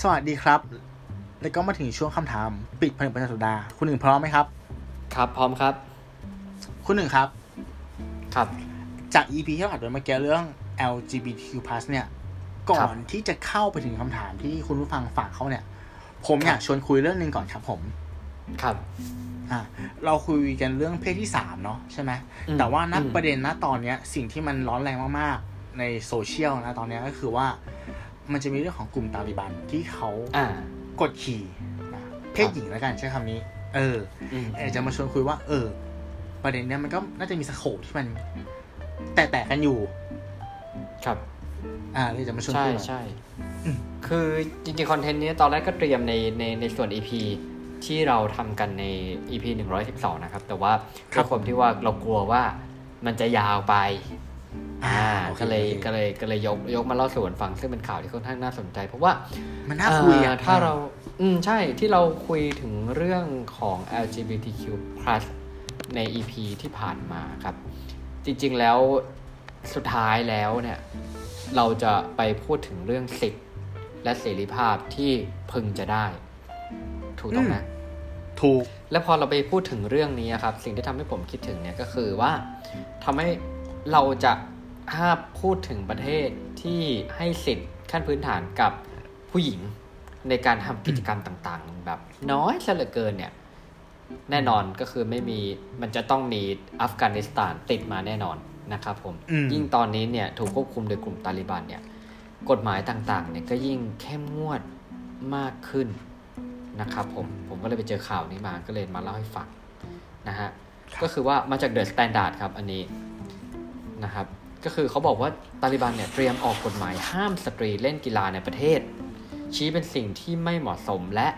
สวัสดีครับ แล้วก็มาถึงช่วงคำถาม ปิดผนึกประจำสัปดาห์คุณหนึ่งพร้อมไหมครับ ครับพร้อมครับ คุณหนึ่งครับ ครับ จาก EP ที่เราอัดไว้เมื่อกี้เรื่อง LGBTQ+ เนี่ย ก่อนที่จะเข้าไปถึงคำถามที่คุณผู้ฟังฝากเขาเนี่ย ผมอยากชวนคุยเรื่องหนึ่งก่อนครับผม ครับ อ่ะเราคุยกันเรื่องเพศที่สามเนาะใช่ไหม อืม แต่ว่านัก อืม ประเด็นนะตอนเนี้ย สิ่งที่มันร้อนแรงมากๆ ในโซเชียลนะตอนเนี้ยก็คือว่า มันจะมีเรื่องของกลุ่มตาลิบันที่เขา อ่า กดขี่นะเพศหญิงแล้วกันใช้คำนี้ เออ อืม เออจะมาชวนคุยว่า เออ ประเด็นเนี้ยมันก็น่าจะมีสโคปที่มันแตกๆกันอยู่ ครับ อ่าเลยจะมาชวน ใช่ คุยหน่อย ใช่ อืม คือจริงๆ คอนเทนต์นี้ตอนแรกก็เตรียมในในในส่วน EP ที่เราทำกันใน EP 112 นะครับ แต่ว่า ครั ด้ว บ ยความที่ว่าเรากลัวว่ามันจะยาวไป อ่า อ่า โอเค ก็เลย โอเค ก็เลยก็เลยยกยกมาเล่าสู่กันฟัง ซึ่งเป็นข่าวที่ค่อนข้างน่าสนใจ เพราะว่า มันน่าคุยอ่ะ เถ้าเรา อืม ใช่ ที่เราคุยถึงเรื่องของ LGBTQ+ ใน EP ที่ผ่านมาครับ จริงๆ แล้วสุดท้ายแล้วเนี่ย เราจะไปพูดถึงเรื่องสิทธิและเสรีภาพที่พึงจะได้ ถูกต้องไหม ถูก แล้วพอเราไปพูดถึงเรื่องนี้อะครับ สิ่งที่ทำให้ผมคิดถึงเนี่ยก็คือว่าทำให้เราจะห้ามพูดถึงประเทศที่ให้สิทธิ์ขั้นพื้นฐานกับผู้หญิงในการทำกิจกรรมต่างๆ แบบน้อยซะเหลือเกินเนี่ย แน่นอนก็คือไม่มีมันจะต้องมีอัฟกานิสถานติดมาแน่นอนนะครับผม อืม ยิ่งตอนนี้เนี่ยถูกควบคุมโดยกลุ่มตาลิบันเนี่ย กฎหมายต่างๆเนี่ยก็ยิ่งเข้มงวดมากขึ้นนะครับผม ผมก็เลยไปเจอข่าวนี้มาก็เลยมาเล่าให้ฟังนะฮะ ก็คือว่ามาจากเดอะสแตนดาร์ดครับอันนี้นะครับ ก็คือเขาบอกว่าตาลิบันเนี่ยเตรียมออกกฎหมายห้ามสตรีเล่นกีฬาในประเทศ ชี้เป็นสิ่งที่ไม่เหมาะสมและ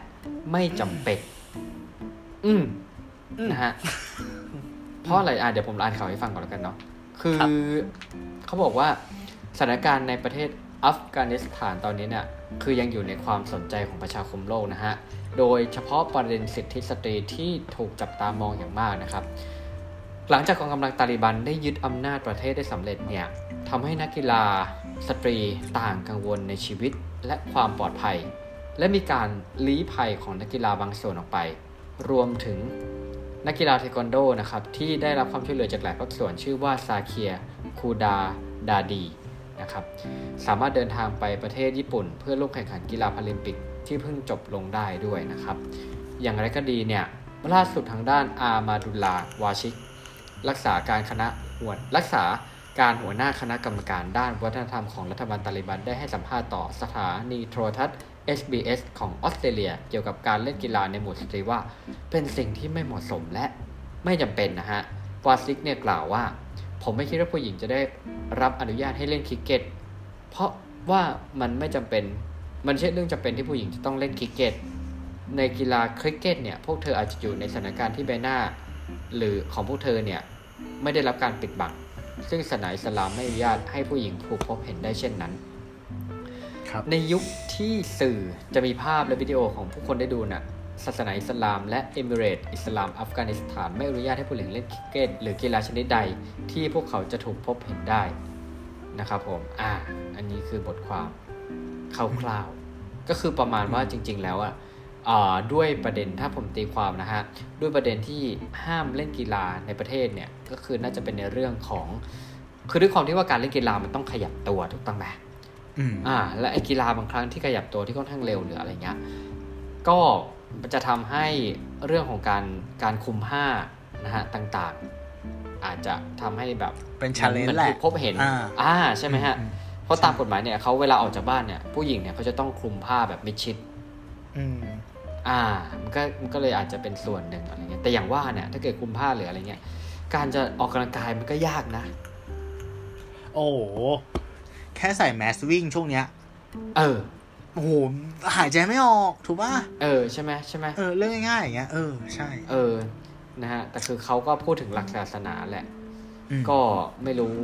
ไม่จำเป็น อืมนะฮ ะ เพราะอะไรอ่ะเดี๋ยวผมอ่านข่าวให้ฟังก่อนแล้วกันเนาะ คือ ครับ เขาบอกว่าสถานการณ์ในประเทศอัฟกานิสถานตอนนี้เนี่ย คือยังอยู่ในความสนใจของประชาคมโลกนะฮะ โดยเฉพาะประเด็นสิทธิสตรีที่ถูกจับตามองอย่างมากนะครับ หลังจากกองกำลังตาลิบันได้ยึดอำนาจประเทศได้สำเร็จเนี่ยทำให้นักกีฬาสตรีต่างกังวลในชีวิตและความปลอดภัย และมีการลี้ภัยของนักกีฬาบางส่วนออกไป รวมถึงนักกีฬาเทควันโดนะครับที่ได้รับความช่วยเหลือจากหลายภาคส่วนชื่อว่าซาเคียคูดาดาดีนะครับสามารถเดินทางไปประเทศญี่ปุ่น เพื่อร่วมแข่งขันกีฬาพาราลิมปิกที่เพิ่งจบลงได้ด้วยนะครับ อย่างไรก็ดีเนี่ยล่าสุดทางด้านอามาดุลลาวาชิก รักษาการคณะหัวรักษาการหัวหน้าคณะกรรมการด้านวัฒนธรรมของรัฐบาลตาลิบันได้ให้สัมภาษณ์ต่อสถานีโทรทัศน์ SBS ของออสเตรเลีย เกี่ยวกับการเล่นกีฬาในหมวดสตรีว่า เป็นสิ่งที่ไม่เหมาะสมและไม่จำเป็นนะฮะวาซิกเนี่ยกล่าวว่า ผมไม่คิดว่าผู้หญิงจะได้รับอนุญาตให้เล่นคริกเก็ต เพราะว่ามันไม่จำเป็น มันไม่ใช่เรื่องจำเป็นที่ผู้หญิงจะต้องเล่นคริกเก็ต ในกีฬาคริกเก็ตเนี่ย พวกเธออาจจะอยู่ในสถานการณ์ที่ใบหน้า หรือของพวกเธอเนี่ย ไม่ได้รับการปิดบัง ซึ่งศาสนาอิสลามไม่อนุญาตให้ผู้หญิงถูกพบเห็นได้เช่นนั้น ครับ ในยุคที่สื่อจะมีภาพและวิดีโอของผู้คนได้ดูน่ะ ศาสนาอิสลามและเอมิเรตอิสลามอัฟกานิสถานไม่อนุญาตให้ผู้หญิงเล่นคริกเก็ต หรือกีฬาชนิดใดที่พวกเขาจะถูกพบเห็นได้นะครับผม อ่า อันนี้คือบทความคร่าวๆ ก็คือประมาณว่าจริง ๆ แล้วอ่ะเอ่อด้วยประเด็นถ้าผมตีความนะฮะ ด้วยประเด็นที่ห้ามเล่นกีฬาในประเทศเนี่ย ก็คือน่าจะเป็นในเรื่องของ คือด้วยความที่ว่าการเล่นกีฬามันต้องขยับตัวถูกต้องไหม อืม อ่าและไอ้กีฬาบางครั้งที่ขยับตัวที่ค่อนข้างเร็วหรืออะไรเงี้ยก็จะทำให้เรื่องของการการคุมผ้านะฮะต่างๆ อาจจะทำให้แบบ เป็น challenge มั แหละ ถูกพบเห็น อ่า อ่าใช่ไหมฮะ อืม เพราะตามกฎหมายเนี่ยเขาเวลาออกจากบ้านเนี่ยผู้หญิงเนี่ยเขาจะต้องคลุมผ้าแบบมิดชิด อืม อ่ามันก็มันก็เลยอาจจะเป็นส่วนหนึ่งอะไรเงี้ยแต่อย่างว่าเนี่ยถ้าเกิดคลุมผ้าหรืออะไรเงี้ยการจะออกกำลังกายมันก็ยากนะ โอ้โห แค่ใส่แมสวิ่งช่วงเนี้ย เออ โอ้โห หายใจไม่ออก ถูกป่ะ เออใช่ไหมใช่ไหม เออ เรื่องง่ายๆอย่างเงี้ย เออ ใช่ เออ นะฮะ แต่คือเขาก็พูดถึงหลักศาสนาแหละ อืม ก็ไม่รู้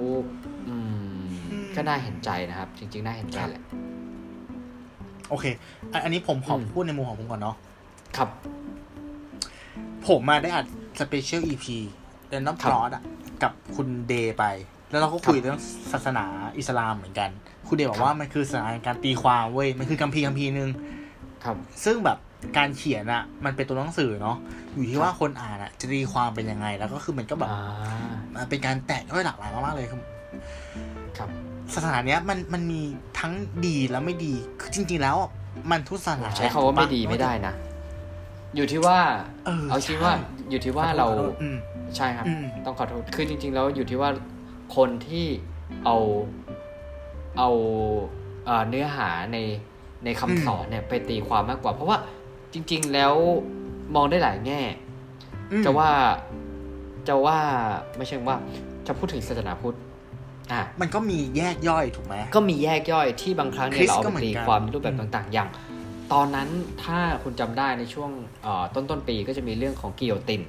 อืม อืม ก็น่าเห็นใจนะครับ จริง ๆ น่าเห็นใจแหละ โอเค อันอันนี้ผมขออ ม พูดในมุมของผมก่อนเนาะ ครับ ผมมาได้อัดสเปเชียลอีพีเดนน้ำพครับ ลอตอะกับคุณเดย์ไป แล้วเราก็คุยเรื่องศาสนาอิสลามเหมือนกัน คุณเดชบอกว่ามันคือศาสนาการตีความเว้ยมันคือคัมภีร์คัมภีร์หนึ่ง ครับ ซึ่งแบบการเขียนอะมันเป็นตัวหนังสือเนาะอยู่ที่ว่าคนอ่านอะจะตีความเป็นยังไง แล้วก็คือมันก็แบบ อ่า มันเป็นการแตกย่อยหลากหลายมากๆเลยคือ ครับ ศาสนาเนี้ยมันมันมีทั้งดีและไม่ดีคือจริง ๆ แล้วมันทุกศาสนา ใช้คำว่าไม่ดีไม่ได้นะ อยู่ที่ว่า เออ เอาจริงว่า ใช่ อยู่ที่ว่าเรา ขอโทษขอโทษอืม ใช่ครับ อืม ต้องขอโทษคือจริง ๆ แล้วอยู่ที่ว่าคนที่เอาเอาเอ่อเนื้อหาในในคำสอนเนี่ยไปตีความมากกว่า เพราะว่าจริง ๆ แล้วมองได้หลายแง่ อืม จะว่าจะว่าไม่เชิงว่าจะพูดถึงศาสนาพุทธอ่ะ มันก็มีแยกย่อยถูกไหม ก็มีแยกย่อยที่บางครั้ง คริ เนี่ย ส เรา ก็ เอา เหมื ไป อนกั ตี น ความในรูปแบบ อืม ต่างๆ อย่าง ตอนนั้นถ้าคุณจำได้ในช่วงเอ่อต้นต้นๆปีก็จะมีเรื่องของกิโยติน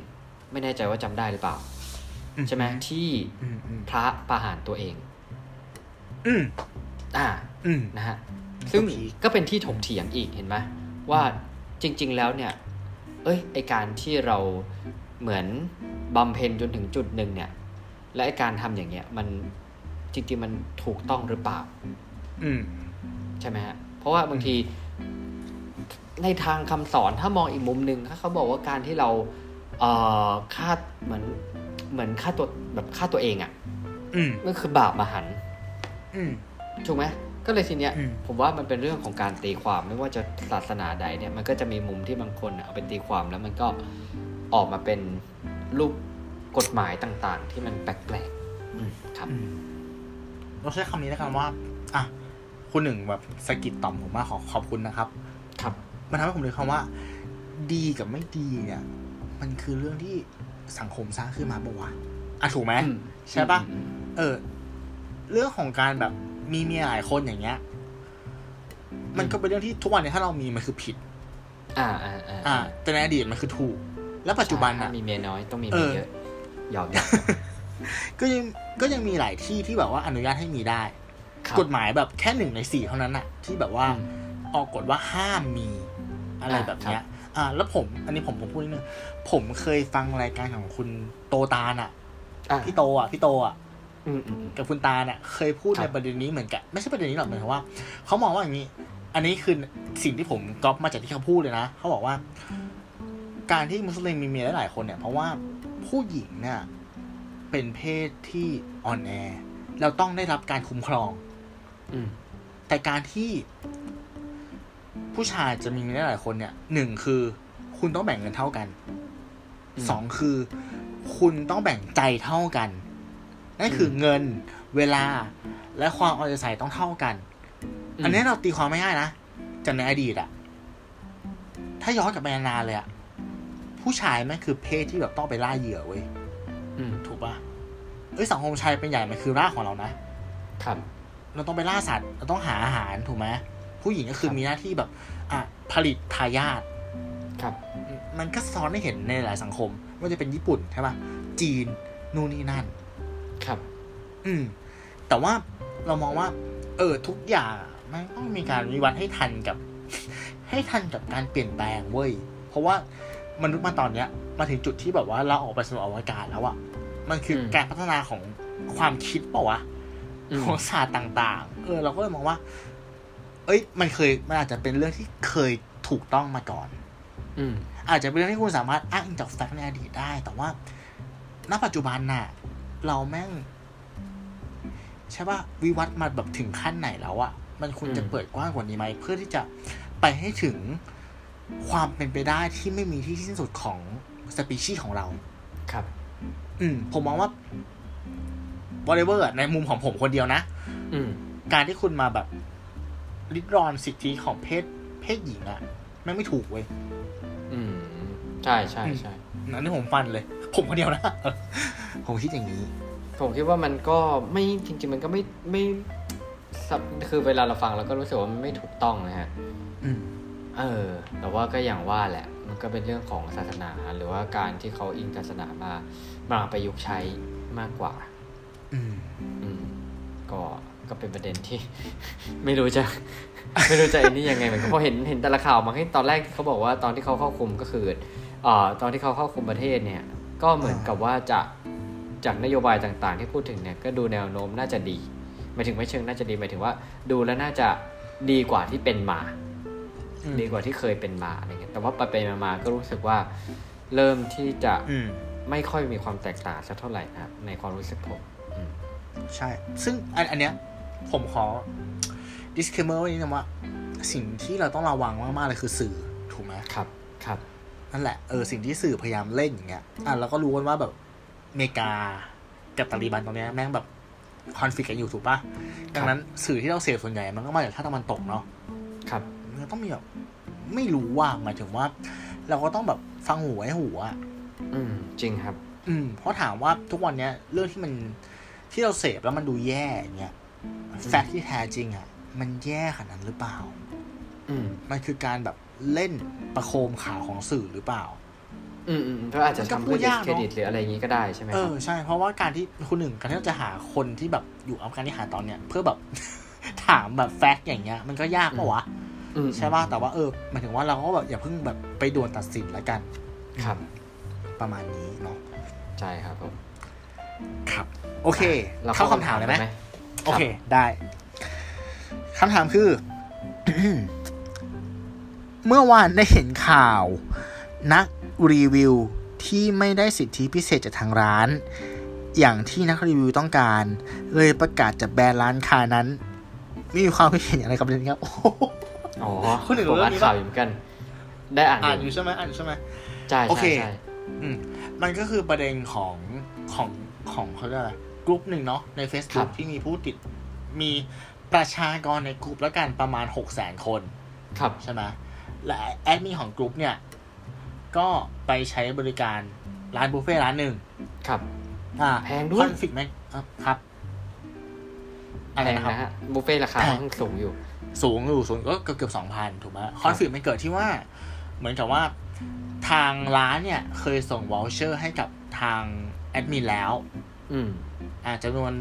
ไม่แน่ใจว่าจำได้หรือเปล่า ใช่ไหมที่ อืมอืม พระประหารตัวเอง อืม อ่า อืม นะฮะซึ่ง ก็พีค ก็เป็นที่ถกเถียงอีกเห็นไหมว่าจริง ๆ แล้วเนี่ย เอ้ยไอการที่เราเหมือนบำเพ็ญจนถึงจุดหนึ่งเนี่ย และไอการทำอย่างเงี้ยมันจริงๆมันถูกต้องหรือเปล่า อืม ใช่ไหมฮะ เพราะว่าบางทีในทางคำสอนถ้ามองอีกมุมหนึ่งถ้าเขาบอกว่าการที่เราเอ่อฆ่าเหมือนเหมือนฆ่าตัวแบบฆ่าตัวเองอะ่ะ อืม มันคือบาปมหันต์ อืม ถูกไหมก็เลยทีเนี้ย อืม ผมว่ามันเป็นเรื่องของการตีความไม่ว่าจะศาสนาใดเนี่ยมันก็จะมีมุมที่บางคนเอาไปตีความแล้วมันก็ออกมาเป็นรูปกฎหมายต่างๆ ที่มันแปลกๆอืมครับ อืมเราใช้คำนี้แล้วกันว่า อ่ะ คุณหนึ่งแบบสะกิดต่อมผมมากขอขอบคุณนะครับ ครับ มันทำให้ผมเลยคำว่า ดีกับไม่ดีเนี่ย มันคือเรื่องที่สังคมสร้างขึ้นมาปะวะอ่ะถูกไหม อืม ใช่ปะ อืม เออ เรื่องของการแบบมีเมียหลายคนอย่างเงี้ย มันก็เป็นเรื่องที่ทุกวันเนี่ยถ้าเรามีมันคือผิด อ่าอ่าอ่า อ่า แต่ในอดีตมันคือถูก แล้วปัจจุบันอ่ะ ถ้ามีเมียน้อยต้องมี เออเมียเยอะหยอกๆ ก็ยังก็ยังมีหลายที่ที่แบบว่าอนุญาตให้มีได้ ครับ กฎหมายแบบแค่หนึ่งในสี่เท่านั้นอะที่แบบว่า อืม ออกกฎว่าห้ามมีอะไรแบบเนี้ย อ่า แล้วผมอันนี้ผมผมพูดนิดนึงผมเคยฟังรายการของคุณโตตาลอะ อ่ะ พี่โตอะพี่โตอะ อืมอืมอืม กับคุณตาลอะเคยพูด ครับ ในประเด็นนี้เหมือนกันไม่ใช่ประเด็นนี้หรอกหมายความว่าเขามองว่าอย่างนี้ อันนี้คือสิ่งที่ผมก๊อปมาจากที่เขาพูดเลยนะเขาบอกว่า การที่มุสลิมมีเมียหลายๆคนเนี่ย เพราะว่าผู้หญิงเนี่ยเป็นเพศที่อ่อนแอแล้วต้องได้รับการคุ้มครอง อืม แต่การที่ผู้ชายจะมีเมียหลายคนเนี่ยหนึ่งคือคุณต้องแบ่งเงินเท่ากันสองคือ คุณต้องแบ่งใจเท่ากันนั่นคือเงินเวลาและความเอาใจใส่ต้องเท่ากัน ม อันนี้เราตีความไม่ง่ายนะจากในอดีตอะถ้าย้อนกลับไปนานๆเลยอะผู้ชายแม่งคือเพศที่แบบต้องไปล่าเหยื่อเว้ย อืม ถูกปะเอ้ยสังคมชายเป็นใหญ่มันคือรากของเรานะ ครับ เราต้องไปล่าสัตว์เราต้องหาอาหารถูกไหมผู้หญิงก็คือมีหน้าที่แบบ อ่ะผลิตทายาท ครับ มันก็สะท้อนให้เห็นในหลายสังคมไม่ว่าจะเป็นญี่ปุ่นใช่ปะจีนนู่นนี่นั่น ครับ อืม แต่ว่าเรามองว่า เออ ทุกอย่างอะมันต้องมีการวิวัฒน์ให้ทันกับ ให้ทันกับการเปลี่ยนแปลงเว้ย เพราะว่ามนุษย์มาตอนเนี้ย มาถึงจุดที่แบบว่าเราออกไปสำรวจอวกาศแล้วอะมันคือการพัฒนาของความคิดเปล่าวะ อืม ของศาสตร์ต่างๆ เออ เราก็เลยมองว่า เอ้ย มันเคย มันอาจจะเป็นเรื่องที่เคยถูกต้องมาก่อน อืม อาจจะเป็นเรื่องที่คุณสามารถอ้างอิงจากแฟกต์ในอดีตได้ แต่ว่า ณ ปัจจุบันน่ะ เราแม่ง ใช่ป่ะ วิวัฒน์มาแบบถึงขั้นไหนแล้วอะมันควรจะเปิดกว้างกว่านี้ไหม เพื่อที่จะไปให้ถึงความเป็นไปได้ที่ไม่มีที่สิ้นสุดของสปีชีส์ของเรา ครับ อืม ผมมองว่า whatever อะในมุมของผมคนเดียวนะ อืม การที่คุณมาแบบริดรอนสิทธิของเพศเพศหญิงอะไม่งไม่ถูกเว้ย อืมใช่ใช่ใช่ นั่นนี่ผมฟันเลย ผมคนเดียวนะ ผมคิดอย่างนี้ ผมคิดว่ามันก็ไม่จริง ๆ มันก็ไม่ไม่สับคือเวลาเราฟังเราก็รู้สึกว่ามันไม่ถูกต้องนะฮะ อืม เออ แต่ว่าก็อย่างว่าแหละ มันก็เป็นเรื่องของศาสนาหรือว่าการที่เขาอิงศาสนามามาประยุกต์ใช้มากกว่า อืม อืมก็ก็เป็นประเด็นที่ ไม่รู้จะ ไม่รู้จะไอ้นี่ยังไงเหมือนกันเพราะเห็นเห็นแต่ละข่าวมาให้ตอนแรกเขาบอกว่าตอนที่เขาเข้าคุมก็คือเอ่อตอนที่เขาเข้าคุมประเทศเนี่ย ก็เหมือนกับว่าจะ จากนโยบายต่างๆ ที่พูดถึงเนี่ยก็ดูแนวโน้มน่าจะดีหมายถึงไม่เชิงน่าจะดีหมายถึงว่า ดูแล้วน่าจะดีกว่าที่เป็นมา อืม ดีกว่าที่เคยเป็นมาอะไรเงี้ยแต่ว่าไปไปๆมาๆก็รู้สึกว่าเริ่มที่จะ อืม ไม่ค่อยมีความแตกต่างสักเท่าไหร่นะครับในความรู้สึกผม ใช่ ซึ่งอันอันเนี้ยผมขอ disclaimer ไว้นิดนึงว่า สิ่งที่เราต้องระวังมากๆเลยคือสื่อถูกไหม ครับครับ นั่นแหละเออสิ่งที่สื่อพยายามเล่นอย่างเงี้ยอ่ะเราก็รู้กันว่าแบบอเมริกากับตาลีบันตรงเนี้ยแม่งแบบคอนฟ lict กันอยู่ถูกปะดังนั้นสื่อที่เราเสพส่วนใหญ่มันก็มาจากชาติตะวันตกเนาะ ครับ มันก็ต้องมีแบบไม่รู้ว่าหมายถึงว่า เราก็ต้องแบบฟังหูไว้หูอ่ะ อืมจริงครับ อืมเพราะถามว่าทุกวันเนี้ย เรื่องที่มันที่เราเสพแล้วมันดูแย่อย่างเงี้ยแฟกต์ที่แท้จริงอ่ะ มันแย่ขนาดนั้นหรือเปล่า อืม มันคือการแบบเล่นประโคมข่าวของสื่อหรือเปล่า อืมอืมก็อาจจะ มันก็ ทำ พู เพื่อ ด ดิ ยา ส กเนอะ เครดิตหรืออะไรอย่างงี้ก็ได้ใช่ไหม เอ ครับ อใช่ เพราะว่าการที่คนหนึ่งการที่เราจะหาคนที่แบบอยู่อัฟกานิสถานตอนเนี้ยเพื่อแบบ ถามแบบแฟกต์อย่างเงี้ย มันก็ยากปะวะ อืม ใช่ป่ะแต่ว่าเออหมายถึงว่าเราก็แบบอย่าเพิ่งแบบไปด่วนตัดสินละกัน ครับ ประมาณนี้เนาะ ใช่ครับผม ครับ โอเค ร เข้าคำถามเลยไหม กัน โอเค ได้คำถามคือ เมื่อวานได้เห็นข่าว นักรีวิวที่ไม่ได้สิทธิพิเศษจากทางร้าน อย่างที่นักรีวิวต้องการ เลยประกาศจับแบรนด์ร้านค้านั้น มีความคิดเห็นอะไรกับเรื่องนี้ครับโอ้ โห อ๋อ คุณหนึ่งรู้ ผม เรื่องนี้ปะอ่านข่าวอยู่เหมือนกัน ได้อ่าน อ่านอ อยู่ ยู่ใช่ไหมอ่านอยู่ใช่ไหม ใช่ โอ ใช่ เค ใช่ อืมมันก็คือประเด็นของของของเขาเรียกอะไรกลุ่มหนึ่งเนาะใน Facebook ที่มีผู้ติด มีประชากรในกลุ่มแล้วกันประมาณหกแสนคน ครับ ใช่ไหมและแอดมินของกลุ่มเนี่ย ก็ไปใช้บริการร้านบุฟเฟ่ต์ร้านหนึ่ง ครับ อ่า แพงด้วคยอนฟิกไหมอ่ะครับอะไร แพง นะครับ นะฮะ บุฟเฟ่ต์ราคาค่อนข้างสูงอยู่ สูงอยู่สูงก็เกือบสองพันถูกไหมคอนฟ lict มันเกิดที่ว่า เหมือนกับว่าทางร้านเนี่ย เคยส่งวอลเชอร์ให้กับทางแอดมินแล้ว อืม อาจจำนวน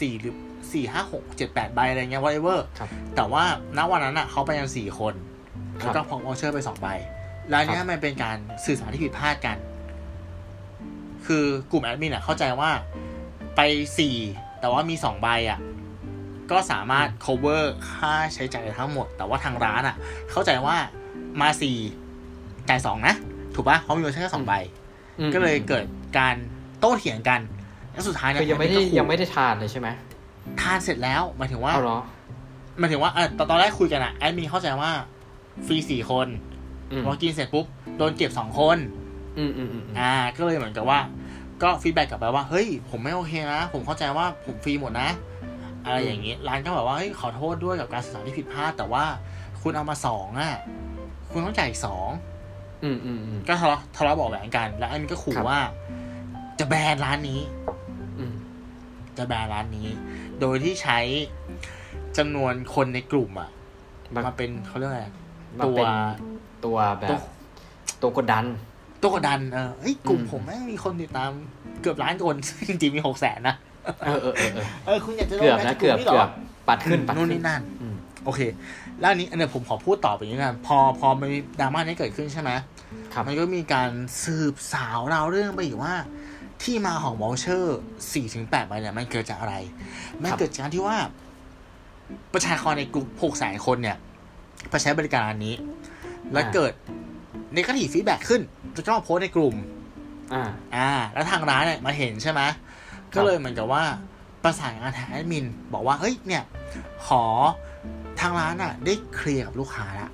สี่หรือสี่ห้าหกเจ็ดแปดใบอะไรเงี้ย whatever ครับ แต่ว่าณวันนั้นอ่ะเขาไปกันสี่คน ครับ แล้วก็พร้อมวอลเชอร์ไปสองใบ แล้วเนี้ยมันเป็นการสื่อสารที่ผิดพลาดกัน คือกลุ่มแอดมินอ่ะเข้าใจว่าไปสี่แต่ว่ามีสองใบอ่ะ ก็สามารถ cover ค่าใช้จ่ายทั้งหมด แต่ว่าทางร้านอ่ะ เข้าใจว่ามาสี่จ่ายสองนะ ถูกปะเขาะมีวอลเชอร์แค่สองใบ อืม ก็เลยเกิดการโต้เถียงกัน แล้วสุดท้ายเนี่ คื ย อยังไม่ แอนได้ก็ขู่ ยังไม่ได้ทานเลยใช่ไหม ทานเสร็จแล้วหมายถึงว่า เอาเหรอ หมายถึงว่าเออตอนตอนแรกคุยกันอะแอดมินเข้าใจว่าฟรีสี่คน อืม พอกินเสร็จปุ๊บโดนเก็บสองคน อืมอืมอืมอืม อ่า ก็เลยเหมือนกับว่า ก็ฟีดแบ็กกลับไปว่า เฮ้ย ผมไม่โอเคนะ ผมเข้าใจว่าผมฟรีหมดนะ อะไรอย่างนี้ ร้านก็แบบว่า เฮ้ย ขอโทษด้วยกับการสื่อสารที่ผิดพลาด แต่ว่าคุณเอามาสองอะคุณต้องจ่ายอีกสอง อืมอืมอืม ก็ทะเลาะทะเลาะเบอกแหวงกัน แล้วแอดมินก็ขู่ ครับ ว่า จะแบนร้านนี้ อืม จะแบนร้านนี้ โดยที่ใช้จำนวนคนในกลุ่มอะ มัน มาเป็นเขาเรียกอะไรอะ มัน ตัว เป็นตัวแบ ตัว บ ตัวกดดัน ตัวกดดันเออเฮ้ยกลุ่ม อืม ผมแม่งมีคนติดตามเกือบล้านคน จริงๆมีหกแสนนะ เออเออเออเออ เออ คุณอยากจะโด เกือบ แบ นะ จาก เกือบ ลุ่ม เกื หร อบปัดขึ้นปัด นู่น ขึ้น นี่นั่น อืม โอเค แล้วอันนี้อันเนี้ยผมขอพูดต่อไปอย่างนี้นะพอพอมันมีดราม่านี้เกิดขึ้นใช่ไหม ครับ มันก็มีการสืบสาวราวเรื่องไปอีกว่า ที่มาของวอลเชอร์สี่ถึงแปดใบเนี่ยมันเกิดจากอะไร มันเกิดจากการที่ว่า ประชากรในกลุ่มหกแสนคนเนี่ยไปใช้บริการอันนี้ แล้วเกิดในกระถิ่ฟีดแบ็ขึ้นแล้วก็มาโพสต์ในกลุ่ม อ่า อ่า แล้วทางร้านเนี่ยมาเห็นใช่ไหมก็เลยเหมือนกับว่าประสานงานทางแอดมิน บอกว่า เฮ้ย เนี่ย ขอทางร้านอ่ะ ได้เคลียร์กับลูกค้าละ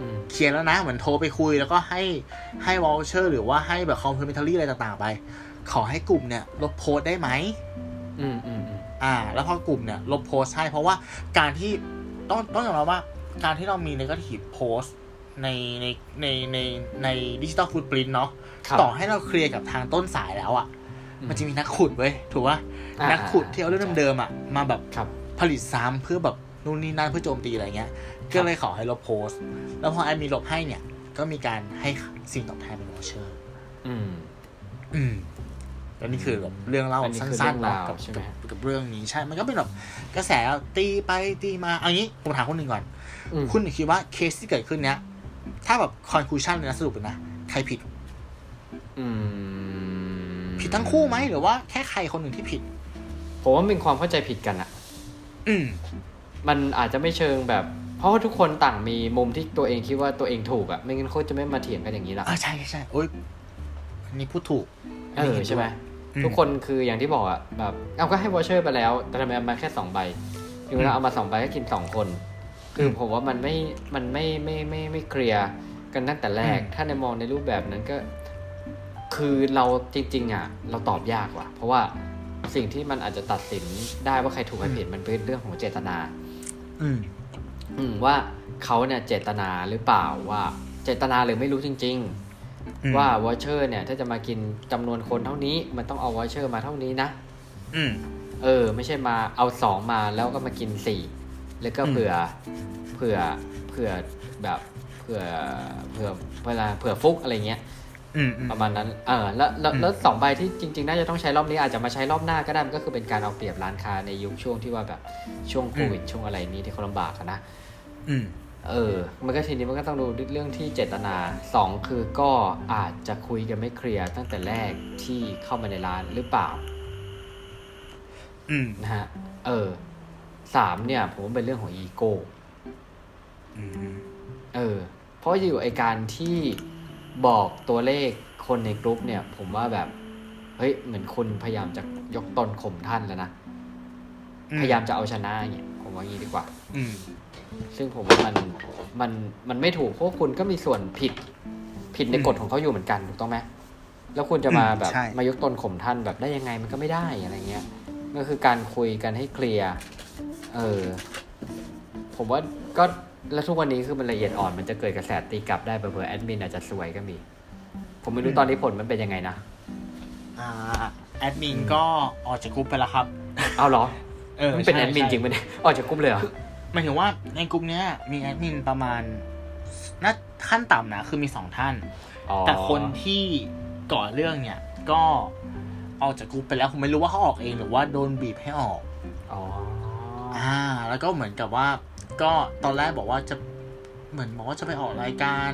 อืม เคลียร์แล้วนะ เหมือนโทรไปคุย แล้วก็ให้ให้วอลเชอร์ หรือว่าให้แบบคอมเพลเมนทารี่อะไรต่างๆไป ขอให้กลุ่มเนี่ย ลบโพสต์ได้ไหม อืมอืมอืม อ่า แล้วพอกลุ่มเนี่ย ลบโพสต์ให้ เพราะว่าการที่ต้องต้องยอมรับว่า การที่เรามีในกระถิ่โพสต์ในในในในในดิจิตอลฟูดปรินเนาะ ครับ ต่อให้เราเคลียร์กับทางต้นสายแล้วอ่ะ อื มันจะมีนักขุดเว้ยถูกป่ะ อ่า นักขุดที่เอาเรื่องเดิมๆอ่ะมาแบบ ครับ ผลิตซ้ำเพื่อแบบนู่นนี่นั่นเพื่อโจมตีอะไรเงี้ย ก็เลยขอให้ลบโพสต์ แล้วพอแอดมีลบให้เนี่ย ก็มีการให้สิ่งตอบแทนเป็นวอเชอร์ อืม อืมแล้วนี่คือแบบเรื่องเล่า อันนี้คือ สั้นๆ เรื่องรา เนาะ ว กับ ใช่ไหม กับกับเรื่องนี้ใช่ มันก็เป็นแบบกระแสตีไปตีมาเอางี้ผมถามคุณหนึ่งก่อน อืม คุณหนึ่งคิดว่าเคสที่เกิดขึ้นเนี้ยถ้าแบบคอนคลูชันเลยนะสรุปเลยนะใครผิด อืม ผิดทั้งคู่ไหมหรือว่าแค่ใครคนหนึ่งที่ผิด ผมว่ามันเป็นความเข้าใจผิดกันอะ อืม มันอาจจะไม่เชิงแบบ เพราะว่าทุกคนต่างมีมุมที่ตัวเองคิดว่าตัวเองถูกอะไม่งั้นเขาจะไม่มาเถียงกันอย่างนี้หรอก อ่าใช่ใช่ใช่โอ้ยอันนี่พูดถูก เออใช่ไหม อืม ทุกคนคืออย่างที่บอกอะแบบเอาก็ให้วอเชอร์ไปแล้ว แต่ทำไมเอามาแค่สองใบถึงเวลาเอามาสองใบก็กินสองคน คือผมว่ามันไม่มันไม่ไม่ไม่ไม่ไม่เคลียร์กันตั้งแต่แรก ถ้าในมองในรูปแบบนั้นก็ คือเราจริง ๆอะเราตอบยากว่ะ เพราะว่าสิ่งที่มันอาจจะตัดสินได้ว่าใครถูกใครผิดมันเป็นเรื่องของเจตนา อืม อืมว่าเขาเนี่ยเจตนาหรือเปล่าว่าเจตนาหรือไม่รู้จริง อืม ๆ ว่าวอเชอร์เนี่ย ถ้าจะมากินจำนวนคนเท่านี้ มันต้องเอาวอเชอร์มาเท่านี้นะ อืม เออ ไม่ใช่มาเอาสองมาแล้วก็มากินสี่แล้วก็เผื่อเผื่อเผื่อแบบเผื่อเผื่อเวลาเผื่อฟุกอะไรเงี้ย อืมอืม ประมาณนั้นเออแล้วแล้ว อืม แล้วสองใบที่จริง ๆ น่าจะต้องใช้รอบนี้อาจจะมาใช้รอบหน้าก็ได้มันก็คือเป็นการเอาเปรียบร้านค้าในยุคช่วงที่ว่าแบบช่วงโควิดช่วงอะไรนี้ที่เขาลำบากอะนะ อืม เออ มันก็ทีนี้มันก็ต้องดูเรื่องที่เจตนาสองคือก็อาจจะคุยกันไม่เคลียร์ตั้งแต่แรกที่เข้ามาในร้านหรือเปล่า อืม นะฮะ เออสามเนี่ยผมว่าเป็นเรื่องของอีโก้ อืม เออ เพราะอยู่ไอการที่บอกตัวเลขคนในกรุ๊ปเนี่ย ผมว่าแบบ เฮ้ย เหมือนคุณพยายามจะยกตนข่มท่านแล้วนะ อื พยายามจะเอาชนะอย่างเงี้ยผมว่างี้ดีกว่า อืม ซึ่งผมว่ามันมันมันไม่ถูกเพราะคุณก็มีส่วนผิดผิดใน อืม กฎของเขาอยู่เหมือนกันถูกต้องไหมแล้วคุณจะมา อืม แบบ ใช่ มายกตนข่มท่านแบบได้ยังไงมันก็ไม่ได้อะไรเงี้ยก็คือการคุยกันให้เคลียร์เออ ผมว่าก็แล้วทุกวันนี้คือมันละเอียดอ่อนมันจะเกิดกระแสตีกลับได้เผื่อๆแอดมินอาจจะสวยก็มี ผมไม่รู้ตอนนี้ผลมันเป็นยังไงนะ อ่าแอดมินก็ออกจากกรุ๊ปไปแล้วครับ เอาเหรอ เออ มันเป็น ใช่ แอดมิน ใช่ จริงไหมเนี่ยออกจากกลุ่มเลยเหรอ หมายถึงว่าในกลุ่มเนี้ยมีแอดมินประมาณน่าขั้นต่ำนะคือมีสองท่าน อ๋อ แต่คนที่ก่อเรื่องเนี่ย ก็ออกจากกรุ๊ปไปแล้วผมไม่รู้ว่าเขาออกเองหรือว่าโดนบีบให้ออก อ๋อ อ่า แล้วก็เหมือนกับว่า ก็ตอนแรกบอกว่าจะเหมือนบอกว่าจะไปออกรายการ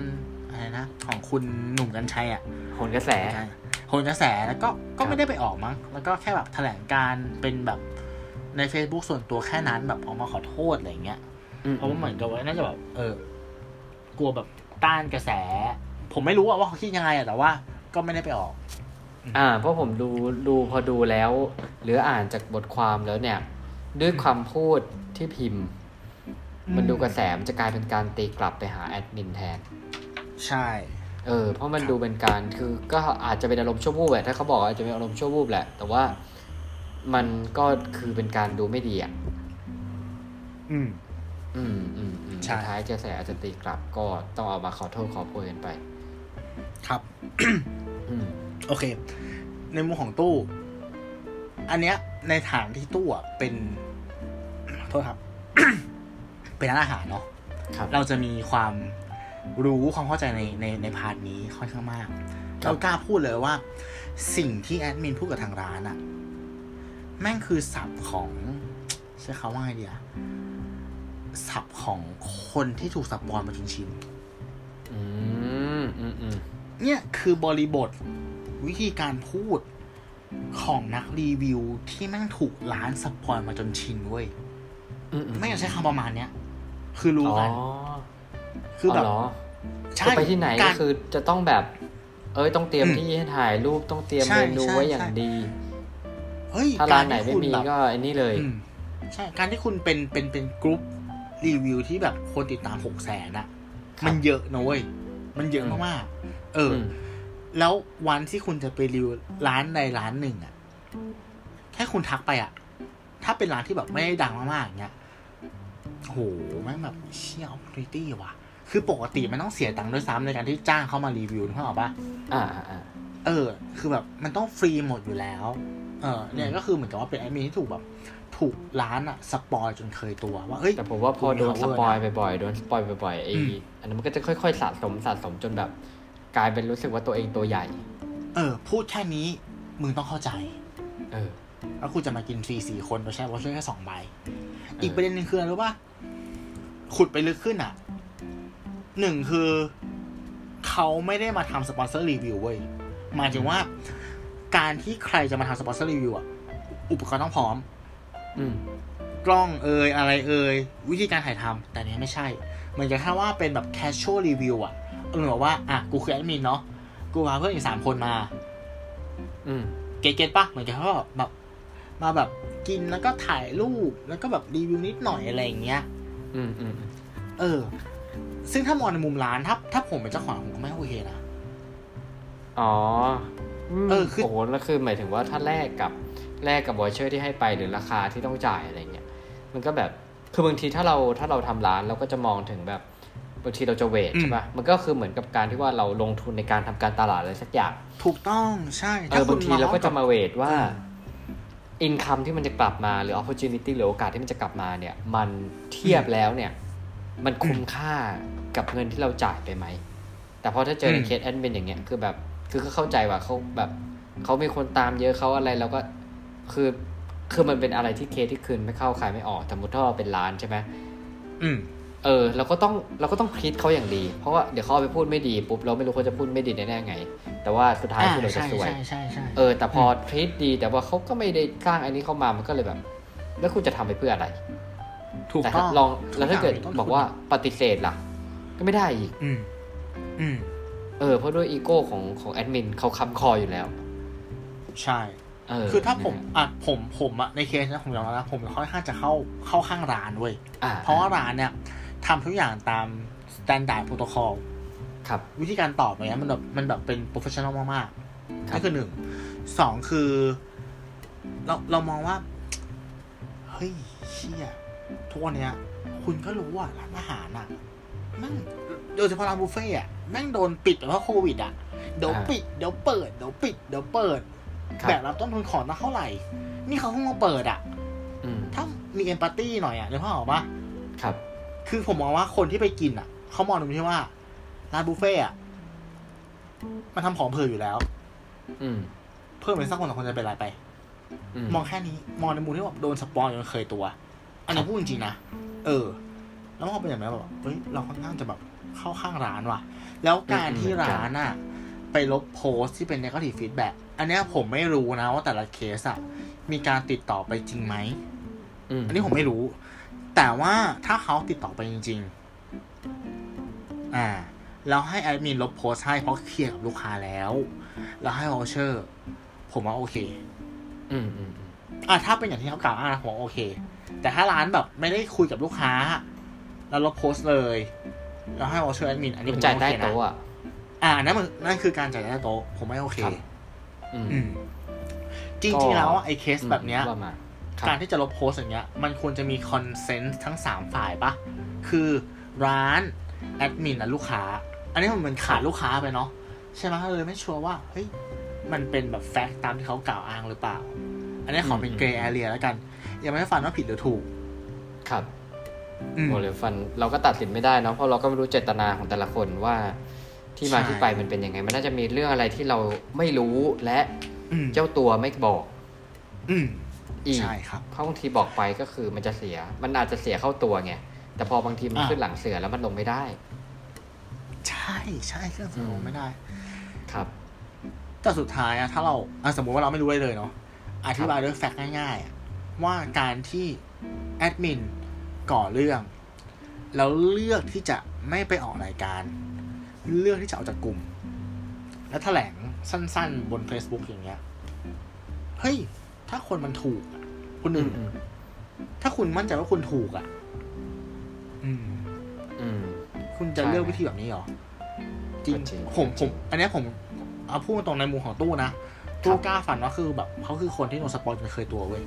อะไรนะของคุณหนุ่มกัญชัยอ่ะ ผลกระแส โหนกระแสแล้วก็ก็ไม่ได้ไปออกมั้งแล้วก็แค่แบบแถลงการเป็นแบบใน Facebook ส่วนตัวแค่นั้นแบบออกมาขอโทษอะไรอย่างเงี้ย เพราะว่าเหมือนกับว่าน่าจะแบบเออกลัวแบบต้านกระแส ผมไม่รู้อะว่าเขาคิดยังไงอะแต่ว่าก็ไม่ได้ไปออก อ่าเพราะผมดูดูพอดูแล้ว หรืออ่านจากบทความแล้วเนี่ย ด้วยความพูดที่พิมพ์ มันดูกระแสมันจะกลายเป็นการตีกลับไปหาแอดมินแทน ใช่ เออเพราะมัน ครับ ดูเป็นการคือก็อาจจะเป็นอารมณ์ชั่ววูบแหละถ้าเขาบอกว่าอาจจะเป็นอารมณ์ชั่ววูบแหละ แต่ว่ามันก็คือเป็นการดูไม่ดีอ่ะ อืม อืมอืมอืม ใช่ สุดท้ายกระแสอาจจะตีกลับก็ต้องเอามาขอโทษขอโพยกันไป ครับ อืม โอเค ในมุมของตู้ อันเนี้ย ในฐานที่ตู้อะเป็น โทษครับ เป็นร้านอาหารเนาะ ครับ เราจะมีความรู้ความเข้าใจในในในพาร์ทนี้ค่อนข้างมาก เรากล้าพูดเลยว่า สิ่งที่แอดมินพูดกับทางร้านอะแม่งคือศัพท์ของ ใช้คำว่าไงดีอะศัพท์ของคนที่ถูกสับบอลมาจนชิน อืมอืมอืม เนี่ยคือบริบทวิธีการพูดของนักรีวิวที่แม่งถูกร้านสปอยล์มาจนชินเว้ย อืมอืม ไม่อยากใช้คำประมาณเนี้ย คือรู้ อ๋อ กัน คือแบบ เหรอ ใช่ คือไปที่ไหนก็ การ คือจะต้องแบบ เอ้ยต้องเตรียม อืม ที่ให้ถ่ายรูปต้องเตรียม ใช่ เมนู ใช่ ไว้อย่าง ใช่ ดี เฮ้ยการถ้า้าน ร ไหน ที่ ไม่ คุณ มี แบบ ก็ไอ้นี่เลย อืมใช่ การที่คุณเป็นเป็นเป็นกรุ๊ปรีวิวที่แบบคนติดตามหกแสนอะ ครับ มันเยอะนะเว้ยมันเยอะ อืม มากๆเอออ ม แล้ววันที่คุณจะไปรีวิวร้านในร้านหนึ่งอะแค่คุณทักไปอะถ้าเป็นร้านที่แบบไม่ได้ดังมากๆอย่างเงี้ยโโหแม่งแบบเชี่ยออปติตี้ว่ะ คือปกติมันต้องเสียตังค์ด้วยซ้ำในการที่จ้างเขามารีวิวนึกออกปะ อ่าอ่าอ่า เออ คือแบบมันต้องฟรีหมดอยู่แล้ว เออ เนี่ยก็คือเหมือนกับว่าเป็นแอดมินที่ถูกแบบ ถูกร้านอะสปอยจนเคยตัวว่าเอ้ย แต่ผมว่าพอโดน คุณ ส cover ปอย นะ บ่อยๆโดนสปอยบ่อยๆไอ้ อืม อันนั้นมันก็จะค่อยๆสะสมสะสมจนแบบ กลายเป็นรู้สึกว่าตัวเองตัวใหญ่ เออ พูดแค่นี้มึงต้องเข้าใจ เออ แล้วคุณจะมากินฟรีสี่คนโดยใช้วอชเชอร์แค่สองใบ ออี อีกประเด็นหนึ่งคืออะไรรู้ป่ะ ขุดไปลึกขึ้นอ่ะ หนึ่งคือ เขาไม่ได้มาทำสปอนเซอร์รีวิวเว้ย หมายถึงว่า การที่ใครจะมาทำสปอนเซอร์รีวิวอะอุปกรณ์ต้องพร้อม อืม กล้องเอ่ยอะไรเอ่ยวิธีการถ่ายทำแต่เนี้ยไม่ใช่เหมือนจะแค่ว่าเป็นแบบ casual review อะเหมือนว่า อ่ะ กูคือแอดมินเนาะกูพาเพื่อนอีกสามคนมา อืม เก็ตๆปะเหมือนกับเขาแบบมาแบบกินแล้วก็ถ่ายรูปแล้วก็แบบรีวิวนิดหน่อยอะไรอย่างเงี้ย อืม อืม เออ ซึ่งถ้ามองในมุมร้านถ้าถ้าผมเป็นเจ้าของผมก็ไม่โอเคนะ อ๋อ เออคือ โอ้โหแล้วคือหมายถึงว่าถ้าแลกกับแลกกับวอเชอร์ที่ให้ไปหรือราคาที่ต้องจ่ายอะไรเงี้ย มันก็แบบ คือบางทีถ้าเราถ้าเราทำร้านเราก็จะมองถึงแบบบางทีเราจะเวท อืม ใช่ปะมันก็คือเหมือนกับการที่ว่าเราลงทุนในการทำการตลาดอะไรสักอย่าง ถูกต้องใช่ เออบางทีเราก็จะมาเวทว่า อืม อินคัมที่มันจะกลับมาหรือ opportunity หรือโอกาสที่มันจะกลับมาเนี่ย มันเทียบแล้วเนี่ย มันคุ้มค่ากับเงินที่เราจ่ายไปไหม แต่พอถ้าเจอใน อืม เคสแอดมินอย่างเงี้ยคือแบบ คือก็เข้าใจว่าเขาแบบเขามีคนตามเยอะเขาอะไรแล้วก็คือคือมันเป็นอะไรที่เคสที่คืนไม่เข้าขายไม่ออกสมมติถ้าเราเป็นร้านใช่ไหม อืม เออเราก็ต้องเราก็ต้องคิดเขาอย่างดี เพราะว่าเดี๋ยวเขาเอาไปพูดไม่ดีปุ๊บเราไม่รู้เขาจะพูดไม่ดีได้ไง แต่ว่าสุดท้าย อ่า คือเราจะ ใช่ สวย ใช่ใช่ใช่ เออแต่พอทรีตดีแต่ว่าเขาก็ไม่ได้สร้างอันนี้เข้ามามันก็เลยแบบ แล้วคุณจะทำไปเพื่ออะไร ถูก แต่ ต้ ถ้า อง ลอง ทุ แล้วถ้าเกิด ย่งมีต้นทุน บอกว่าปฏิเสธล่ะ ก็ไม่ได้อีก อืม อืม เออเพราะด้วยอีโก้ของของแอดมินเขาค้ำคออยู่แล้ว ใช่ เออ คือถ้าผม นะฮะ อ่ะผมผมอะในเคสนะผมยอมรับนะผมค่อนข้างจะเข้าเข้าข้างร้านเว้ย อ่า เพราะว่าร้านเนี่ยทำทุกอย่างตาม s t ต n d า r d โปรโตคอล ครับ วิธีการตอบอะไรเงี้ยมันแบบมันแบบเป็นโปรเฟชชั่นอลมาก ค ๆ รับ ก็คือหนึ่งสองคือ เราเรามองว่า เฮ้ยเชี่ยทุกวันเนี้ย คุณก็รู้ว่าร้านอาหารอะแม่งโดยเฉพาะร้านบุฟเฟ่ต์อะแม่งโดนปิดเพราะโควิดอะเดี๋ยวปิดเดี๋ยวเปิดเดี๋ยวปิดเดี๋ยวเปิด ครั แบบรับต้นทุนของตั้งเท่าไหร่ นี่เขาเพิ่งมาเปิดอะ อืม ถ้ามีเอมพัตตี้หน่อยอะเดี๋ยวพ่อบอกว่า ครับ คือผมมองว่าคนที่ไปกินอะเขามองตรงที่ว่าร้านบุฟเฟ่อะมันทำของเผื่ออยู่แล้ว อืม เพิ่มไปสักคนสองคนจะเป็นไรไป อืม มองแค่นี้ มองในมุมที่แบบโดนสปอยจนเคยตัว อันนี้ ครับ พูดจริงๆนะ เออ แล้วพอเป็นอย่างนี้นแบบเฮ้ยเราค่อนข้างจะแบบเข้าข้างร้านว่ะ แล้วการที่ร้านอะไปลบโพสต์ที่เป็น negative feedback อันเนี้ยผมไม่รู้นะว่าแต่ละเคสอะมีการติดต่อไปจริงไหม อืม อันนี้ผมไม่รู้ แต่ว่าถ้าเขาติดต่อไปจริง ๆ อ่า แล้วให้แอดมินลบโพสต์ให้เพราะเคลียร์กับลูกค้าแล้ว แล้วให้วอลเชอร์ ผมว่าโอเค อืมอืมอืม อ่ะถ้าเป็นอย่างที่เขากล่าวอ้างนะผมว่าโอเค แต่ถ้าร้านแบบไม่ได้คุยกับลูกค้า แล้วลบโพสต์เลย แล้วให้วอลเชอร์แอดมิน อันนี้ผม จ่าย ว่าโอ ใต้ เคนะ โต๊ะอ่ะ อ่านั่นมันนั่นคือการจ่ายใต้โต๊ะผมไม่โอเค ครับ อืม อืม จ ก็ ริง ๆ แล้วอะไอ้เคสแบบเนี้ย ว่ามาค การ บ ที่จะลบโพสต์อย่างเงี้ย มันควรจะมีคอนเซนต์ทั้ง 3 ฝ่ายปะคือร้าน แอดมินและลูกค้า อันนี้มันเหมือนขาดลูกค้าไปเนาะใช่ไหมเลยไม่ชัวร์ว่า เฮ้ย มันเป็นแบบแฟกต์ตามที่เขากล่าวอ้างหรือเปล่า อันนี้ขอเป็นเกรย์แอเรียแล้วกัน ยังไม่ได้ฟันว่าผิดหรือถูก ครับ อืม โมเลฟันเราก็ตัดสินไม่ได้เนาะเพราะเราก็ไม่รู้เจตนาของแต่ละคนว่า ที่มา ใช่ ที่ไปมันเป็นยังไง มันน่าจะมีเรื่องอะไรที่เราไม่รู้และ อืม เจ้าตัวไม่บอก อืม อีก ใช่ครับ เพราะบางทีบอกไปก็คือมันจะเสีย มันอาจจะเสียเข้าตัวไงแต่พอบางทีมัน อ่า ขึ้นหลังเสือแล้วมันลงไม่ได้ ใช่ใช่เครื่องสำรองไม่ได้ ครับ แต่สุดท้ายอะถ้าเราอะสมมติว่าเราไม่รู้อะไรเลยเนาะอธิบายด้วยแฟกต์ง่ายๆอะว่าการที่แอดมินก่อเรื่อง แล้วเลือกที่จะไม่ไปออกรายการ เลือกที่จะออกจากกลุ่ม แล้วแถลงสั้นๆบน Facebook อย่างเงี้ยเฮ้ย ถ้าคนมันถูกอะคนอื่น อืม ถ้าคุณมั่นใจว่าคุณถูกอะอืม อืม คุณจะ ใช่ เลือกวิธีแบบนี้เหรอ จริง จริง ผม จ ผ ริ ม ง อันเนี้ยผมเอาพูดตรงในมุมของตู้นะ ค ตู้ รับ กล้าฝันว่าคือแบบเขาคือคนที่โดนสปอยจนเคยตัวเว้ย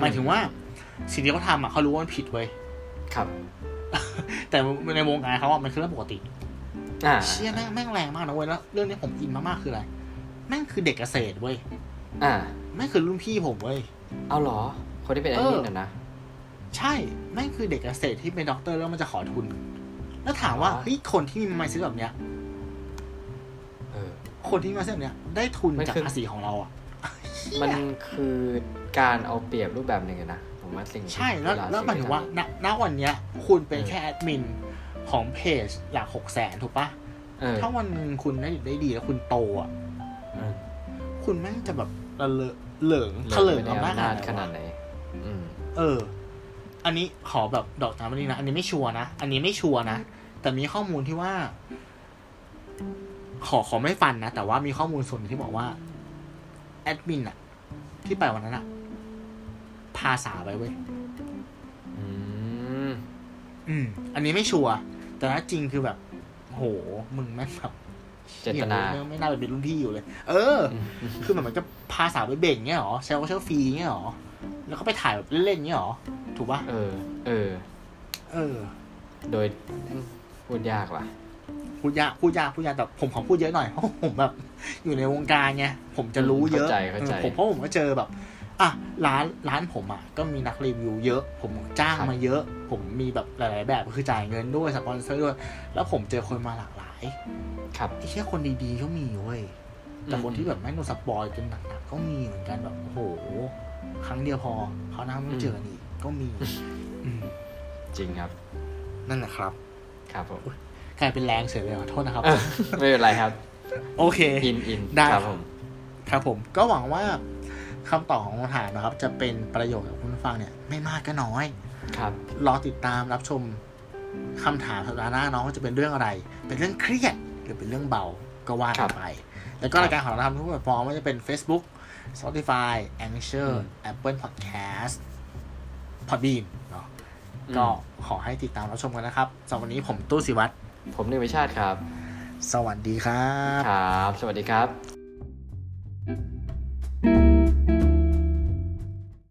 หมายถึงว่า สิ่งที่เขาทำอ่ะเขารู้ว่ามันผิดเว้ย ครับ แต่ในวงการเขาอ่ะมันคือเรื่องปกติ อ่า เชี่ยแม่งแม่งแรงมากนะเว้ยแล้วเรื่องนี้ผมอินมากๆคืออะไรแม่งคือเด็กเกษตรเว้ย อ่า แม่งคือรุ่นพี่ผมเว้ย เอาเหรอ คนที่เป็นแอดมินน่ะนะ ใช่แม่งคือเด็กเกษตรที่เป็นด็อกเตอร์แล้วมันจะขอทุน แล้วถามว่า อ๋อ เฮ้ยคนที่มีไมซ์แบบเนี้ย เออ คนที่มีไมซ์แบบเนี้ย ได้ทุน มัน จาก คือ ภาษีของเราอ่ะ มันคือการเอาเปรียบรูปแบบหนึ่งอะนะผมว่าสิ่งที่ ใช่แล้ว เา แล้วหมายถึงว่า สิ่งที่ณทำณวันเนี้ย คุณเป็น เออ แค่แอดมินของเพจหลักหกแสนถูกปะ เออ ถ้าวันหนึ่งคุณได้ดิบได้ดีแล้วคุณโตอ่ะ เออ คุณ คุณแม่งจะแบบระเลอะเหลิง ห เถ อ ลิง ไม่อำได้นาจ อำนาจ ข ข นา นา ด ด ไหนวะ ไหน อืม เออ อันนี้ขอแบบดอกจานวันนี้นะ อันนี้ไม่ชัวร์นะ อันนี้ไม่ชัวร์นะ แต่มีข้อมูลที่ว่า ขอขอไม่ฟันนะ แต่ว่ามีข้อมูลส่วนหนึ่งที่บอกว่า แอดมินอะที่ไปวันนั้นอะพาสาวไปเว้ย อืม อืม อันนี้ไม่ชัวร์แต่ถ้าจริงคือแบบ โห มึงแม่งแบบ เจตนา เหี้ยไม่น่าไปเป็นรุ่นพี่อยู่เลย เออ คือเหมือนมันก็พาสาวไปเบ่งเงี้ยหรอใช้วอเชอร์ฟรีเงี้ยหรอ แล้วก็ไปถ่ายแบบเล่นๆเงี้ยหรอ ถูกปะ เออ เออ เออ โดยอืมพูดยากว่ะ พูดยากพูดยากพูดยากแต่ผมขอพูดเยอะหน่อย เพราะผมแบบ อยู่ในวงการไงผมจะรู้เยอะ เข้าใจเข้าใจ ออผมเพราะผมก็เจอแบบ อ่ะร้านร้านผมอ่ะก็มีนักรีวิวเยอะ ผมจ้าง ครับ มาเยอะ ผมมีแบบหลาย ๆ แบบคือจ่ายเงินด้วยสปอนเซอร์ด้วย แล้วผมเจอคนมาหลากหลาย ครับ ไอ้เชี่ยคนดีๆก็มีเว้ยแต่คนที่แบบแม่งโดนสปอยจนหนักๆก็มีเหมือนกันแบบโอ้โหครั้งเดียวพอเขาวหน้าไม่เจออีกก็มีอืม จริงครับ นั่นแหละครับ ครับผม กลายเป็นแรงเสียเลยขอโทษนะครับ เออไม่เป็นไรครับ โอเค อินอิน ได้ ครับผม ครับผมก็หวังว่าคำตอบของคำถามนะครับ จะเป็นประโยชน์กับคุณผู้ฟังเนี่ย ไม่มากก็น้อย ครับ รอติดตามรับชมคำถามสัปดาห์หน้าเน้องจะเป็นเรื่องอะไร เป็นเรื่องเครียดหรือเป็นเรื่องเบาก็ว่ากันไป แล้วก็รายการของเราทำทุกแพลตฟอร์มไม่ว่าจะเป็น Facebook Spotify a n c h o r อืม Apple Podcast Podbean เนาะก็ขอให้ติดตามรับชมกันนะครับสำหรับวันนี้ผมตู้สิวัตร ผมหนึ่งวิชาติครับ สวัสดีครับ ครับ สวัสดีครับ